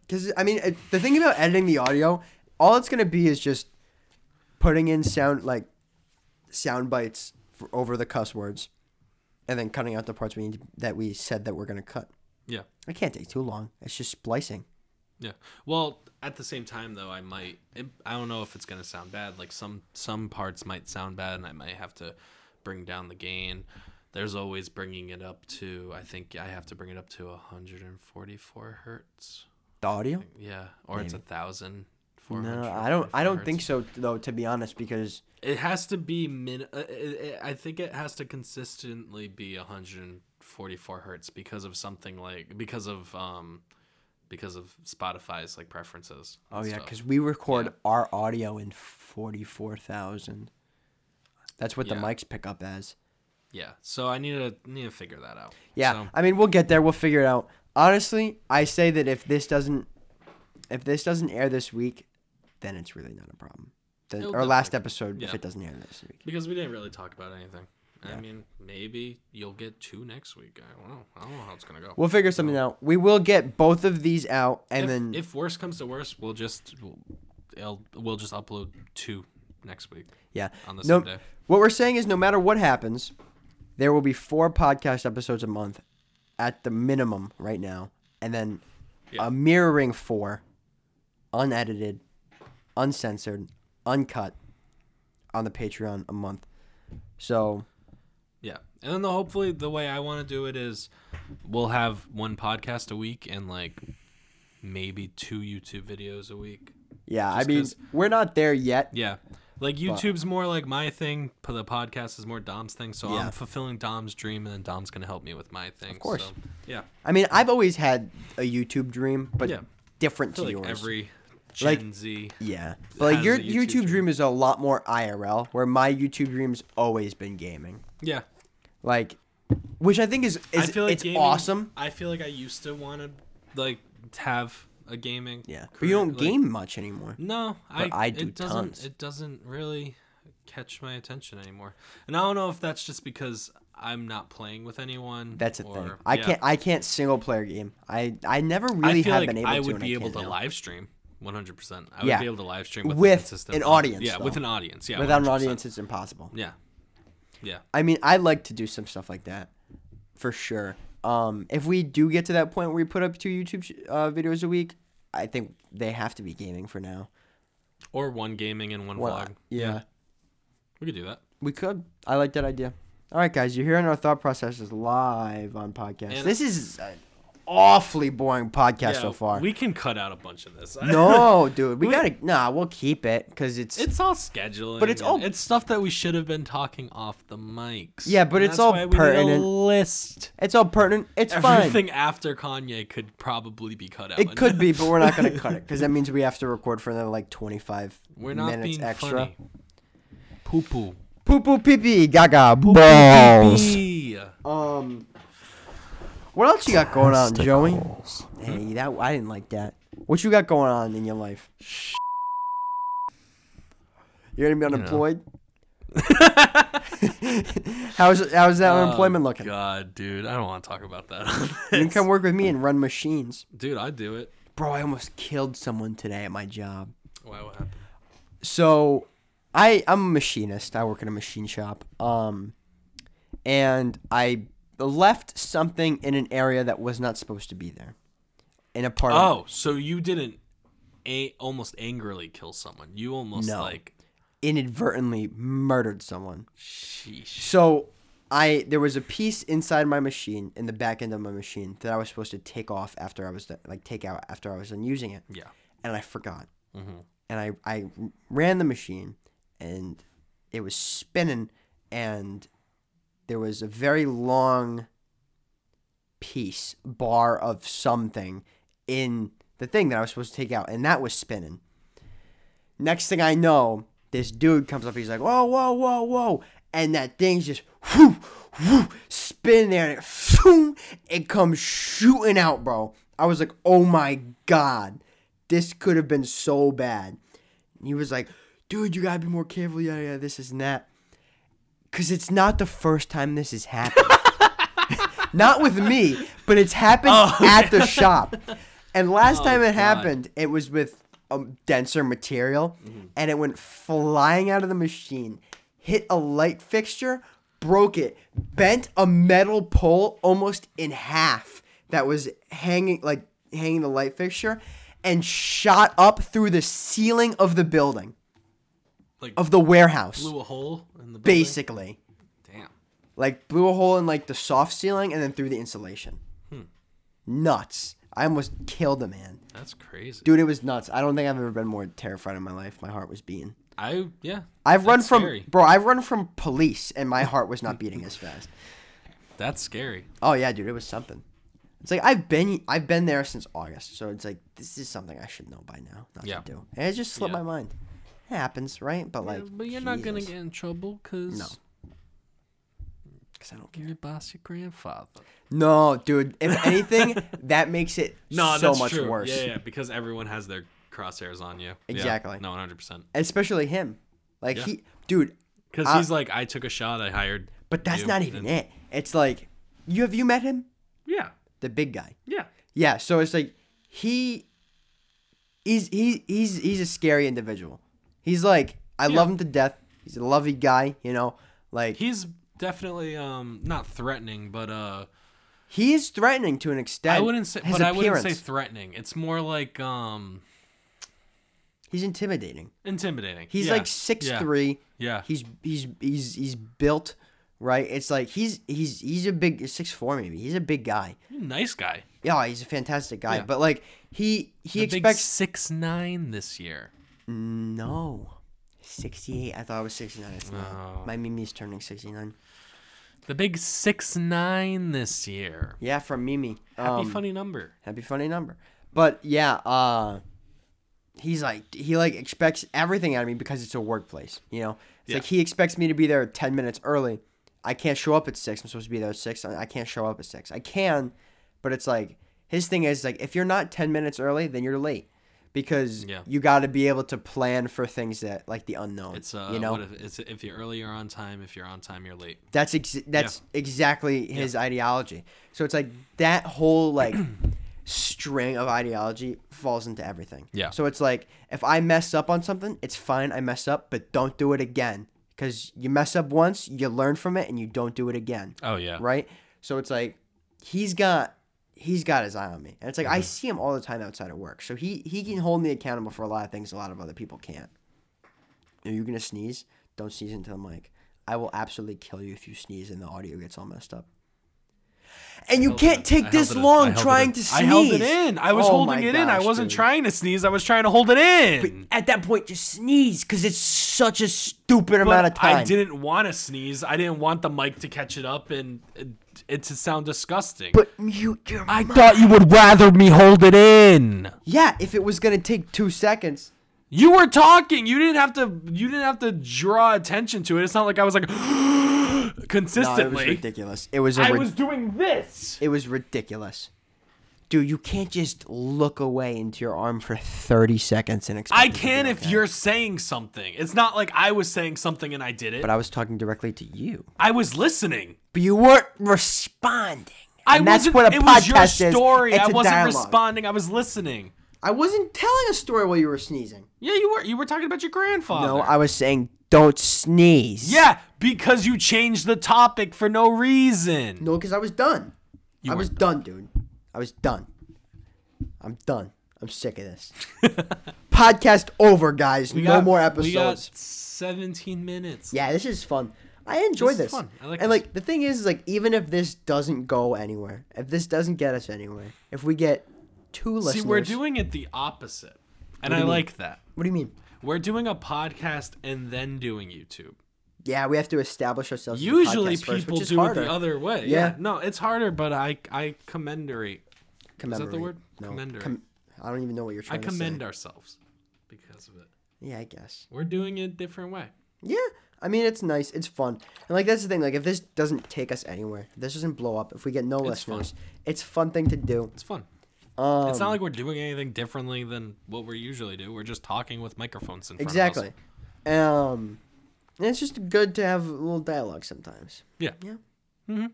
Because, I mean, it, the thing about editing the audio, all it's going to be is just putting in sound, like, sound bites for, over the cuss words and then cutting out the parts we need, that we said that we're going to cut.
Yeah.
It can't take too long. It's just splicing.
Yeah. Well, at the same time though, I might it, I don't know if it's going to sound bad. Like some some parts might sound bad and I might have to bring down the gain. There's always bringing it up to I think I have to bring it up to 144 hertz.
The audio?
Yeah, or it's a thousand.
No, I don't. I don't think so, though. To be honest, because
It has to be min. uh, uh, uh, I think it has to consistently be 144 hertz because of something like because of um, because of Spotify's like preferences. and
Oh yeah,
stuff.
because we record our audio in forty four thousand. That's what the
Yeah.
mics pick up as.
yeah. So I need to need to figure that out.
Yeah,
So,
I mean we'll get there. We'll figure it out. Honestly, I say that if this doesn't, if this doesn't air this week, then it's really not a problem. Then,
It'll
or last episode, if
yeah.
it doesn't air this week.
because we didn't really talk about anything. I
Yeah.
mean, maybe you'll get two next week. I don't know. I don't know how it's gonna go.
We'll figure something out. We will get both of these out, and
if,
then
if worse comes to worse, we'll just we'll, it'll- we'll just upload two next week
yeah.
on the
No,
same day.
what we're saying is, no matter what happens, there will be four podcast episodes a month, at the minimum right now, and then
Yeah.
a mirroring four, unedited, uncensored, uncut, on the Patreon a month. So
Yeah, and then the, hopefully the way I want to do it is we'll have one podcast a week and like maybe two YouTube videos a week.
yeah, I
Just
mean,
'cause-
we're not there yet.
Yeah. Like YouTube's more like my thing, but the podcast is more Dom's thing. So
Yeah.
I'm fulfilling Dom's dream, and then Dom's gonna help me with my thing. Of
course.
So, yeah.
I mean, I've always had a YouTube dream, but
Yeah.
different
I feel
to
like
yours.
every Gen
Like-
Z.
Yeah, but like
has
your
a
YouTube,
YouTube
dream. is a lot more IRL, where my YouTube dream's always been gaming.
Yeah.
Like, which I think is, is
I feel like
it's
gaming-
awesome.
I feel like I used to want to like have a gaming.
Yeah, but
career,
you don't
like-
game much anymore.
No, I,
I do
it doesn't
tons.
it doesn't really catch my attention anymore. And I don't know if that's just because I'm not playing with anyone.
That's a
or,
thing. I
yeah.
can't. I can't single player game. I I never
I
really
feel
have
like
been able
I
to.
would
and
be
can't
able to
now.
live stream 100%. I would
Yeah.
be able to live stream with, a
With
consistent
an
audi-
audience,
Yeah, with
though.
an audience. Yeah.
Without an
100%.
audience, it's impossible.
Yeah. Yeah.
I mean, I like to do some stuff like that, for sure. Um, if we do get to that point where we put up two YouTube sh- uh, videos a week, I think they have to be gaming for now.
Or one gaming and one
Well,
vlog.
yeah.
We could do that.
We could. I like that idea. All right, guys, you're hearing our thought processes live on podcast.
And-
this is an awfully boring podcast so far.
We can cut out a bunch of this.
no, dude, we, gotta. Nah, we'll keep it because it's,
It's all scheduling,
But it's
and
all-
it's stuff that we should have been talking off the mics.
Yeah, but
And
it's
that's
all
why we need
pertinent.
a list.
it's all pertinent. It's fine.
Everything after Kanye could probably be cut out.
It could be, but we're not gonna cut it because that means we have to record for another like 25
We're not
minutes
being
extra.
funny. Poo poo.
Poo poo pee pee gaga balls.
Pee.
Um, what else you got going on, Joey? Hey, that I didn't like that. Hmm? What you got going on in your life? You're gonna be unemployed. how's how's that unemployment
Oh,
looking?
God, dude, I don't want to talk about that.
You can come work with me and run machines,
dude, I'd do it.
bro. I almost killed someone today at my job.
Why? What happened?
so I I'm a machinist. I work in a machine shop. Um, and I left something in an area that was not supposed to be there, in a part. of-
Oh, so you didn't a- almost angrily kill someone. You almost
No.
like
inadvertently murdered someone.
sheesh.
So I there was a piece inside my machine in the back end of my machine that I was supposed to take off after I was done, like take out after I was done using it.
Yeah.
and I forgot.
Mhm.
And I, I ran the machine and it was spinning and there was a very long piece, bar of something in the thing that I was supposed to take out and that was spinning. Next thing I know, this dude comes up. He's like, whoa, whoa, whoa, whoa. And that thing's just whoo, whoo, spin there and it, phoom, it comes shooting out, bro. I was like, oh my God, this could have been so bad. And he was like, dude, you gotta be more careful, yada, yada, this, is and that. Cause it's not the first time this has happened. not with me, but it's happened at the shop. And last time it
Oh, God.
happened, it was with um, denser material,
Mm-hmm.
and it went flying out of the machine, hit a light fixture, broke it, bent a metal pole almost in half that was hanging like hanging the light fixture, and shot up through the ceiling of the building
Like
of the warehouse,
blew a hole in the building?
basically.
Damn.
Like blew a hole in like the soft ceiling and then through the insulation.
Hmm.
Nuts! I almost killed a man.
That's crazy.
Dude, it was nuts. I don't think I've ever been more terrified in my life. My heart was beating.
I yeah.
I've run
That's
from
scary.
bro. I've run from police, and my heart was not beating as fast.
That's scary.
Oh yeah, dude, it was something. It's like I've been I've been there since August, so it's like this is something I should know by now. Not
Yeah.
to do. And it just slipped
Yeah.
my mind. It happens, right? But like,
but you're not gonna
Jesus.
get in trouble because
No. 'Cause I don't care.
your boss, your grandfather.
No, dude. If anything, that makes it
No,
so
that's
much
true.
worse.
Yeah, yeah, because everyone has their crosshairs on you. Yeah.
Exactly.
No, one hundred percent.
Especially him. Like
Yeah.
he, dude.
Because
Uh,
he's like, I took a shot. I hired.
But that's
you,"
not even
and-
it. It's like, you have you met him?
Yeah.
The big guy.
Yeah.
Yeah, so it's like he he's he, he's he's a scary individual. He's like I love him to death. He's a lovely guy, you know. Like
He's definitely um not threatening, but uh
he is threatening to an extent.
I wouldn't say
his
but I wouldn't say
appearance.
threatening. It's more like um
he's intimidating.
intimidating.
He's
Yeah.
like six
yeah.
three.
Yeah.
He's he's he's he's built right. It's like he's he's he's a big six four maybe. He's a big guy.
nice guy.
Yeah, he's a fantastic guy.
Yeah.
But like he he
He
expects
six nine this year.
no. 68. I thought it was 69. It's not.
Oh.
My Mimi's turning 69.
The big six nine this year.
Yeah, from Mimi.
Happy
Um,
funny number.
Happy funny number. But yeah, uh he's like he like expects everything out of me because it's a workplace, you know? It's
Yeah.
like he expects me to be there ten minutes early. I can't show up at six. I'm supposed to be there at six. I I can't show up at six. I can, but it's like his thing is like if you're not ten minutes early, then you're late. Because
Yeah.
you gotta be able to plan for things that like the unknown.
It's uh
you know
what if it's if you're early you're on time, if you're on time you're late.
That's ex- that's exactly his ideology. So it's like that whole like string of ideology falls into everything.
Yeah.
So it's like if I mess up on something, it's fine. I mess up, but don't do it again because you mess up once, you learn from it, and you don't do it again.
Oh yeah.
Right. So it's like he's got he's got his eye on me, and it's like
Mm-hmm.
I see him all the time outside of work. So he he can hold me accountable for a lot of things a lot of other people can't. Are you gonna sneeze? Don't sneeze into the mic. I will absolutely kill you if you sneeze and the audio gets all messed up. And you
held it in.
can't
I
take
held
this
it in. I
long
held it
trying
in.
to sneeze.
I held it in. I was
Oh my
holding it in. I
gosh,
wasn't
dude.
trying to sneeze. I was trying to hold it in.
At that point, just sneeze because it's such a stupid amount of time.
I didn't want to sneeze. I didn't want the mic to catch it up and it, it to sound disgusting.
But mute your mic.
thought you would rather me hold it in.
Yeah, if it was gonna take two seconds,
You were talking. You didn't have to. You didn't have to draw attention to it. It's not like I was like
no, Oh, it was
consistently.
ridiculous. It was a
I
rid-
was doing this.
It was ridiculous. Dude, you can't just look away into your arm for 30 seconds and expect.
I
it to be
can if
okay.
you're saying something. It's not like I was saying something and I did it.
But I was talking directly to you.
I was listening.
But you weren't responding.
I
and that's
wasn't-
what a
it was
podcast
your
is.
story.
It's
I
a
wasn't
dialogue.
responding. I was listening.
I wasn't telling a story while you were sneezing.
Yeah, you were. You were talking about your grandfather.
No, I was saying don't sneeze.
Yeah, because you changed the topic for no reason.
No, because I was done. I
weren't
was done, dude. I was done. I'm done. I'm sick of this. podcast over, guys. no more episodes.
We got 17 minutes.
Yeah, this is fun. I enjoy
This is
this.
fun. I like
and
this.
like the thing is, is, like even if this doesn't go anywhere, if this doesn't get us anywhere, if we get two
See,
listeners,
we're doing it the opposite. And I like that.
What do you mean?
We're doing a podcast and then doing YouTube.
Yeah, we have to establish ourselves. as a
Usually
podcast first,
people
which is
do
harder.
it the other way.
Yeah.
No, it's harder, but I I commendate.
Commemorate.
that the word?
No.
Commendary.
Com- I don't even know what you're
I
trying
commend
to
ourselves because of it.
say. Yeah, I guess.
We're doing it a different way.
Yeah, I mean it's nice, it's fun, and like that's the thing. Like if this doesn't take us anywhere, if this doesn't blow up, if we get no
fun.
listeners, it's a fun thing to do.
It's fun.
Um,
It's not like we're doing anything differently than what we usually do. We're just talking with microphones in front of us.
exactly. Um, and it's just good to have a little dialogue sometimes.
Yeah.
Yeah.
Mhm.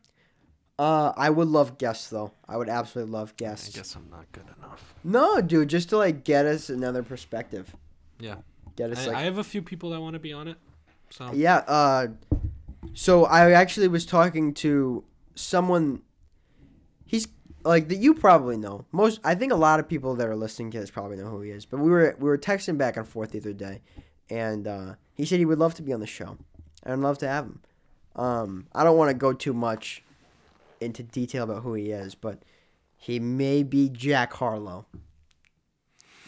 Uh, I would love guests though. I would absolutely love
I
guests.
guess I'm not good enough.
No, dude, just to like get us another perspective.
Yeah.
Get us
I,
like
I have a few people that want to be on it. So
yeah. Uh, so I actually was talking to someone. He's like that. You probably know most. I think a lot of people that are listening to this probably know who he is. But we were we were texting back and forth the other day, and uh, he said he would love to be on the show, and I'd love to have him. Um, I don't want to go too much into detail about who he is, but he may be Jack Harlow.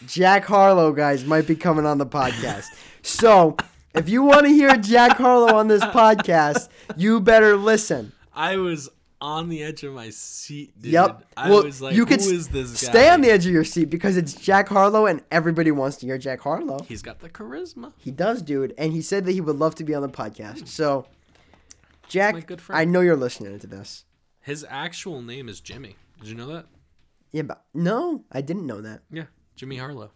Jack Harlow, guys, might be coming on the podcast. So, if you want to hear Jack Harlow on this podcast, you better listen.
I was on the edge of my seat, dude.
Yep.
I
well,
was like,
you could
who
s-
is this guy?
stay on the edge of your seat because it's Jack Harlow, and everybody wants to hear Jack Harlow.
He's got the charisma.
He does, dude, and he said that he would love to be on the podcast. So, Jack,
My good friend.
I know you're listening to this.
His actual name is Jimmy. Did you know that?
Yeah, but no, I didn't know that. Hmm,
Yeah, Jimmy Harlow.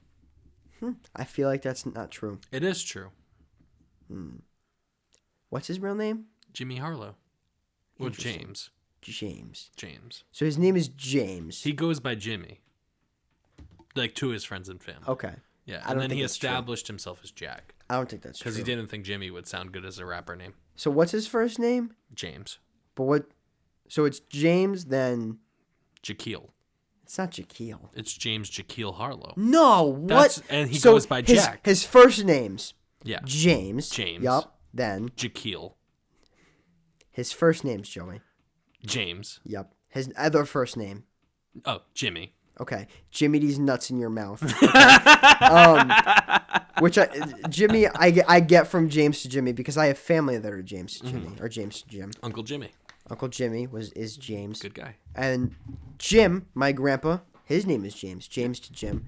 I feel like that's not true.
It is true.
What's his real name?
Jimmy Harlow. Well,
Interesting.
James.
James.
James.
So his name is James.
He goes by Jimmy. Like to his friends and family.
okay, Oh, I
yeah, and
don't
then
think
he
that's true.
established himself as Jack
I don't think that's true.
because he didn't think Jimmy would sound good as a rapper name.
So what's his first name?
James.
But what? So it's James. Then
Jaquiel.
it's not Jaquiel.
It's James Jaquiel Harlow.
No, what?
That's- and he goes by
his,
Jack.
His first name's
Yeah.
James.
James.
Yup. Then
Jaquiel.
his first name's Joey.
James.
Yup. His other first name.
Oh, Jimmy.
Okay, Jimmy D's nuts in your mouth. um, which I, Jimmy, I, get- I get from James to Jimmy because I have family that are James
Mm-hmm.
to Jimmy or James to Jim.
Uncle Jimmy.
Uncle Jimmy was is James,
Good guy.
and Jim, my grandpa, his name is James. James to Jim.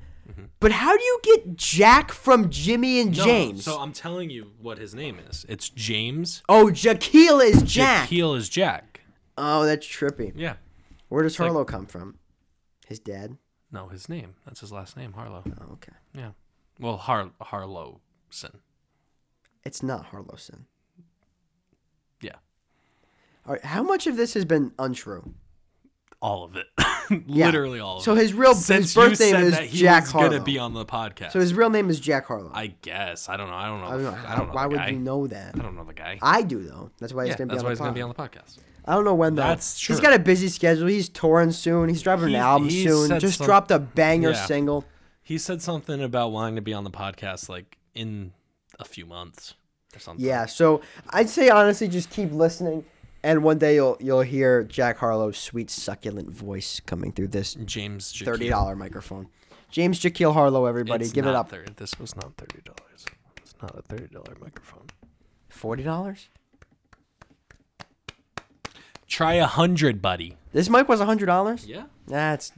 But how do you get Jack from Jimmy and
Mm-hmm. No,
James?
So I'm telling you what his name is. It's James.
oh, Jaquil is Jack.
Jaquiel is Jack.
Oh, that's trippy.
Yeah.
Where does Harlow come from? His dad.
No, his name. That's his last name, Harlow.
Oh, okay.
Yeah. Well, Har Harlowson.
It's not Harlowson.
Yeah.
All right, how much of this has been untrue?
All of it.
Yeah.
Literally all of
so
it.
his real his
Since you
birth name
said
is
that he
Jack
was
Harlow.
gonna be on the podcast.
so his real name is Jack Harlow.
I guess. I don't know. I don't know.
I don't know.
I
How,
don't know
why
the
would
guy.
you know that?
I don't know the guy.
I do though. That's why he's
yeah,
gonna be
that's
on
why
the
he's gonna
pod.
be on the podcast.
I don't know when though.
That's
He's
true.
got a busy schedule. He's touring soon. He's dropping an
He's-
album
he
soon.
said
Just
some-
dropped a banger
Yeah.
single.
He said something about wanting to be on the podcast like in a few months or something.
Yeah. So I'd say honestly, just keep listening, and one day you'll you'll hear Jack Harlow's sweet succulent voice coming through this
James Jaquiel.
thirty dollar microphone. James Jaquil Harlow, everybody,
It's
give it
not
up.
30. This was not thirty dollars. It's not a thirty dollar microphone.
Forty dollars.
Try a hundred, buddy.
This mic was hundred dollars.
Yeah.
That's.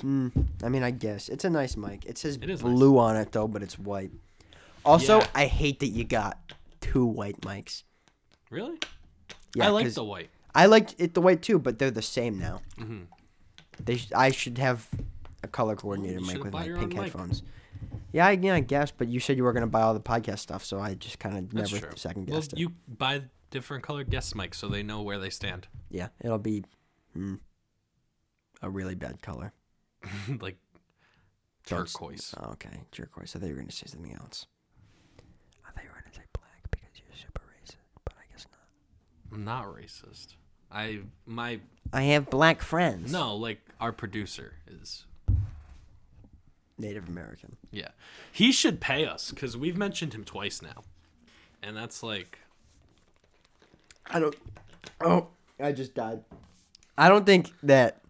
Mm, I mean, I guess it's a nice mic. It says
is
blue on it though, but it's white. Also,
Yeah.
I hate that you got two white mics.
Really?
Yeah,
I like
'cause
the white.
I liked it the white too, but they're the same now.
Mm-hmm.
They sh- I should have a color coordinated
You
mic
should've
with
bought
my
your
pink
own mic.
headphones. Yeah, I, yeah, I guess. But you said you were gonna buy all the podcast stuff, so I just kind of
That's
never
true.
second
well,
guessed it.
you buy different colored guest mics so they know where they stand,
Yeah, it'll be mm, a really bad color.
like
So it's-
turquoise.
Oh, okay, turquoise. I thought you were gonna say something else. I thought you were gonna say black because you're super racist, but I guess not.
I'm not racist. I my
I have black friends.
no like our producer is
Native American.
yeah. He should pay us because we've mentioned him twice now, and that's like
I don't. Oh, I just died. I don't think that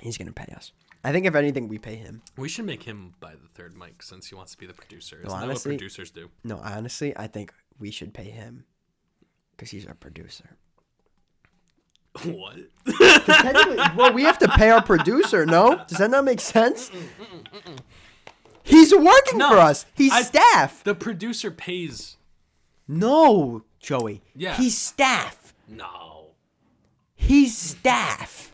he's gonna pay us. I think if anything, we pay him.
we should make him buy the third mic since he wants to be the producer. Isn't that what
honestly-
producers do?
No, honestly, I think we should pay him because he's our producer.
what?
Technically, well, we have to pay our producer. No, does that not make sense? He's working
No,
for us. He's
I-
staff.
the producer pays
No, Joey.
Yeah.
He's staff.
no,
He's staff.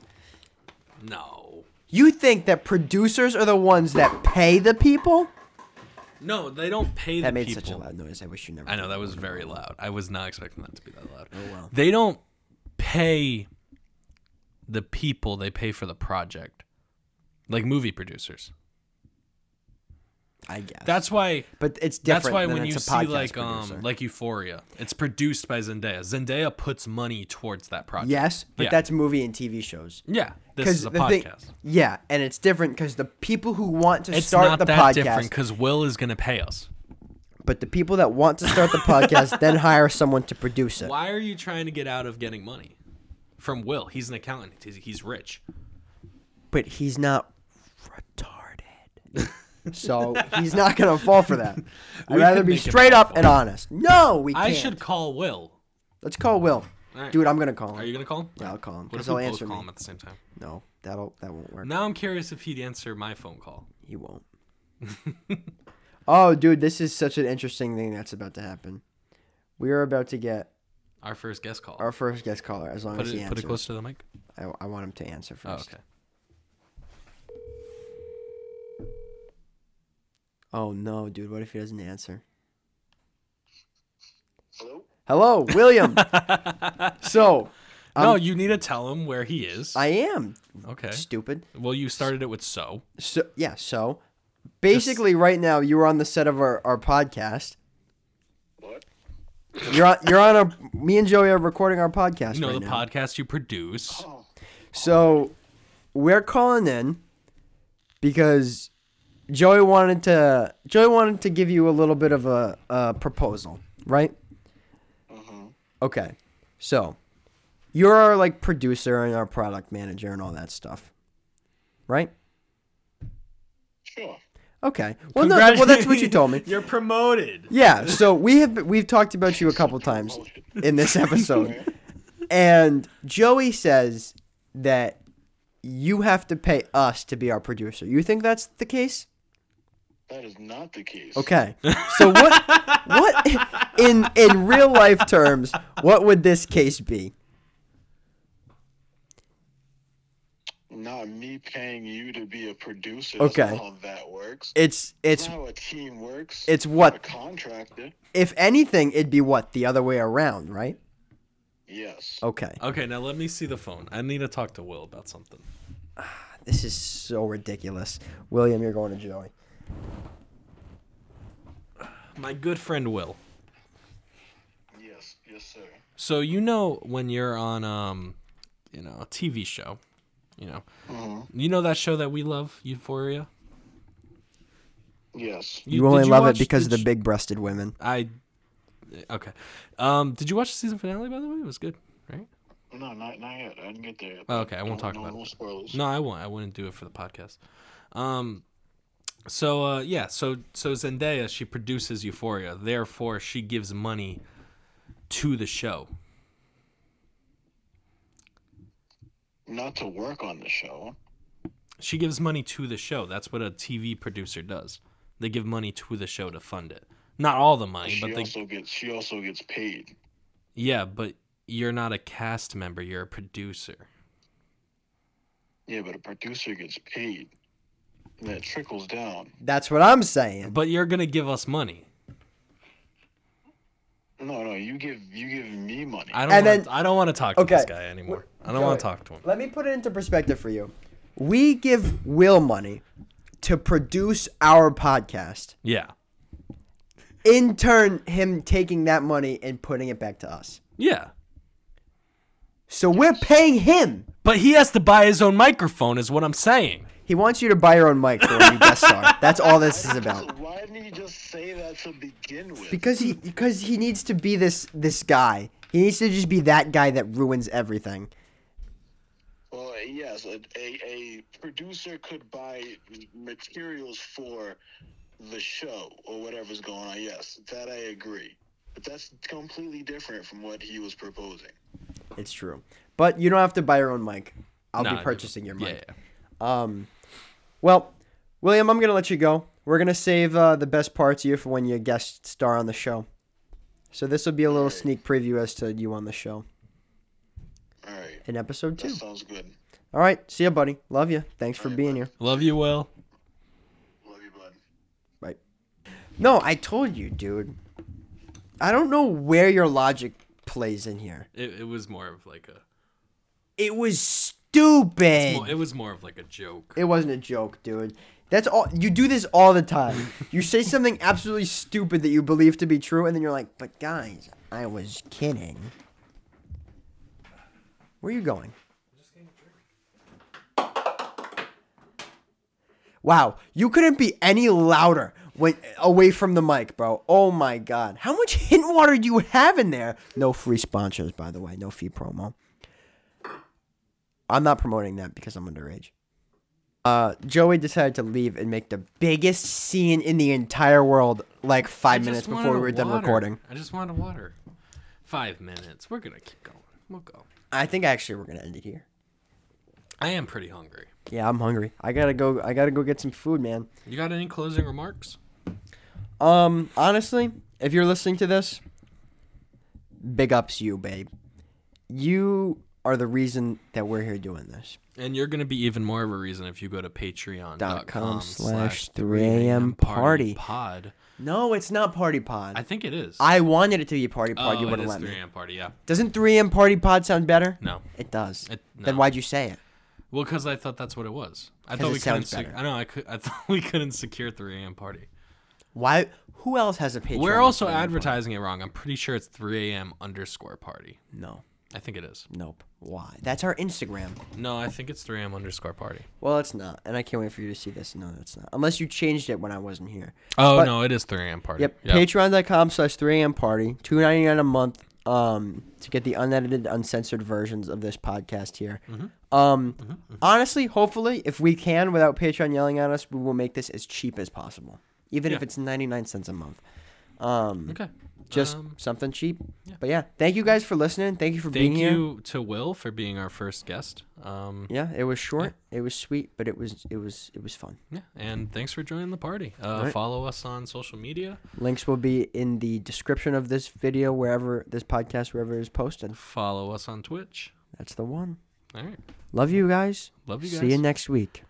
no,
You think that producers are the ones that pay the people?
no. They don't pay
That
the
made
people.
such a loud noise. I wish you never.
I know that was very loud. I was not expecting that to be that loud. Oh
well.
They don't pay the people, they pay for the project. Like movie producers.
I guess.
That's why
but it's different.
that's why
than
when you
it's a
see
podcast
like
producer.
um like Euphoria, it's produced by Zendaya. Zendaya puts money towards that project.
yes, but
yeah.
that's movie and TV shows.
Yeah. This is a
the thing-
podcast.
yeah, and it's different because the people who want to
It's
start
not
the
that
podcast,
different because Will is gonna pay us.
but the people that want to start the podcast then hire someone to produce it.
Why are you trying to get out of getting money from Will? He's an accountant. He's, he's rich.
But he's not retarded, so he's not gonna fall for that. I'd rather
could
be
make him
straight
fall
up and honest. No, we can't.
I should call Will.
Let's call Will.
All right.
Dude, I'm gonna call him.
Are you gonna call him?
Yeah, I'll call him.
What if
Because
we
he'll
both
answer
call
me.
him at the same time?
No, that'll that won't work.
Now I'm curious if he'd answer my phone call.
He won't. oh, dude, this is such an interesting thing that's about to happen. We are about to get
Our first guest call.
our first guest caller. As long
put
as he
it put
answers,
it close to the mic.
I, I want him to answer
Oh,
first.
okay.
Oh no, dude, what if he doesn't answer?
Hello?
Hello, William. so,
no, you need to tell him where he is.
I am
okay.
stupid.
Well, you started it with so.
So yeah, so basically, right now you are on the set of our, our podcast.
What?
You're on, you're on a me and Joey are recording our podcast
You know
right
the
now.
podcast you produce.
Oh,
So we're calling in because Joey wanted to Joey wanted to give you a little bit of a, a proposal, right? Okay. So you're our like producer and our product manager and all that stuff. Right?
sure.
Okay. Well no well that's what you told me.
You're promoted.
Yeah, so we have we've talked about you a couple times in this episode. And Joey says that you have to pay us to be our producer. You think that's the case?
That is not the case.
Okay. So what what in in real life terms, what would this case be?
Not me paying you to be a producer. That's
Okay.
not how that works.
It's it's
That's not how a team works.
it's
a
what
contractor.
if anything it'd be what the other way around, right?
Yes.
Okay.
Okay, now let me see the phone. I need to talk to Will about something.
This is so ridiculous. William, you're going to Joey.
My good friend Will.
Yes. Yes, sir.
So you know when you're on um, you know, a TV show, you know, you know that show that we love, Euphoria.
Yes.
You,
did
only love
watch-
it because of
did
the
you-
big-breasted women.
I. Okay. Um, did you watch the season finale by the way? It was good, right?
No, not not yet. I didn't get there. yet.
Oh, okay, I won't
No-
talk about
no
it.
spoilers.
No, I won't. I wouldn't do it for the podcast. Um, so uh, yeah, so so Zendaya she produces Euphoria, therefore she gives money to the show.
Not to work on the show.
She gives money to the show. That's what a TV producer does. They give money to the show to fund it. Not all the money,
She
but they
also gets she also gets paid.
yeah. But you're not a cast member. You're a producer.
Yeah, but a producer gets paid. And that trickles down.
That's what I'm saying.
But you're gonna give us money.
No, no, you give you give me money.
I
And
don't. Wanna,
then-
I don't want to talk to
Okay.
this guy anymore. I don't want to
Joey,
talk to him.
Let me put it into perspective for you. We give Will money to produce our podcast.
Yeah.
In turn, him taking that money and putting it back to us.
Yeah.
So we're paying him.
But he has to buy his own microphone, is what I'm saying.
He wants you to buy your own mic for when you guest star. That's all this is about.
Why didn't you just say that to begin with?
Because he because he needs to be this this guy. He needs to just be that guy that ruins everything.
Well, yes, a, a, a producer could buy materials for the show or whatever's going on. Yes, that I agree. But that's completely different from what he was proposing.
It's true. But you don't have to buy your own mic. I'll
Nah,
be purchasing your mic.
Yeah, yeah.
Um, well, William, I'm gonna let you go. We're gonna save uh, the best parts of you for when you guest star on the show. So this will be a little sneak preview as to you on the show
All right,
in episode
that
two.
sounds good.
All right, see ya, buddy. Love you. Thanks for being here.
Love you, Will.
Love you, bud.
Bye. No, I told you, dude. I don't know where your logic plays in here.
It, it was more of like a.
It was
Well,
stupid.
it was more of like a joke.
It wasn't a joke, dude. That's all. You do this all the time. You say something absolutely stupid that you believe to be true, and then you're like, "But guys, I was kidding." Where are you going? Wow, you couldn't be any louder when away from the mic, bro. Oh my god, how much hint water do you have in there? No free sponsors, by the way. No fee promo. I'm not promoting that because I'm underage uh, Joey decided to leave and make the biggest scene in the entire world like
I
five
just
minutes
wanted
before we
a
were done
water.
recording.
I just wanted water. Five minutes. We're gonna keep going. we'll go.
I think actually we're gonna end it here.
I am pretty hungry.
Yeah, I'm hungry. I gotta go. I gotta go get some food, man.
You got any closing remarks?
Um, honestly, if you're listening to this, big ups you, babe. You are the reason that we're here doing this.
And you're going to be even more of a reason if you go to
Dot com
patreon.com
slash
slash
3
3
a.m.
a.m.
party.
party pod.
No, it's not Party Pod.
I
I,
think it is.
wanted it to be Party
oh,
Pod. you
it
wouldn't
is
let
3
me.
a.m. party, yeah.
Doesn't 3M Party Pod sound better?
No.
It does.
It-
Then
no.
why'd you say it?
Well, because I thought that's what it was. I
'Cause
thought
it
we couldn't.
sounds
Se-
better.
I know. I could. I thought we couldn't secure 3 a.m. party.
Why? Who else has a Patreon?
We're
that's
also
3 a.m. party?
advertising it wrong. I'm pretty sure it's 3 a.m. underscore party.
No.
I think it is.
Nope. Why? That's our Instagram.
No, I think it's 3 a.m. underscore party.
Well, it's not, and I can't wait for you to see this. No, it's not. Unless you changed it when I wasn't here.
Oh
But-
no, it is 3 a.m. party.
Yep. Patreon.com slash 3 a.m. party. Two ninety nine a month um, to get the unedited, uncensored versions of this podcast here.
Mm-hmm.
Um, Honestly, hopefully, if we can, without Patreon yelling at us, we will make this as cheap as possible, even if
Yeah.
it's 99 cents a month. Um,
Okay.
Just
Um,
something cheap. But yeah, thank you guys for listening. Thank you for being
thank
here.
you to Will for being our first guest. Um, yeah.
Yeah, it was short. It was sweet, but it was it was it was fun.
and thanks for joining the party. Uh,
right.
Follow us on social media.
Links will be in the description of this video, wherever this podcast, wherever it is posted.
Follow us on Twitch.
That's the one.
All right.
Love you guys.
Love you
See you
guys.
next week.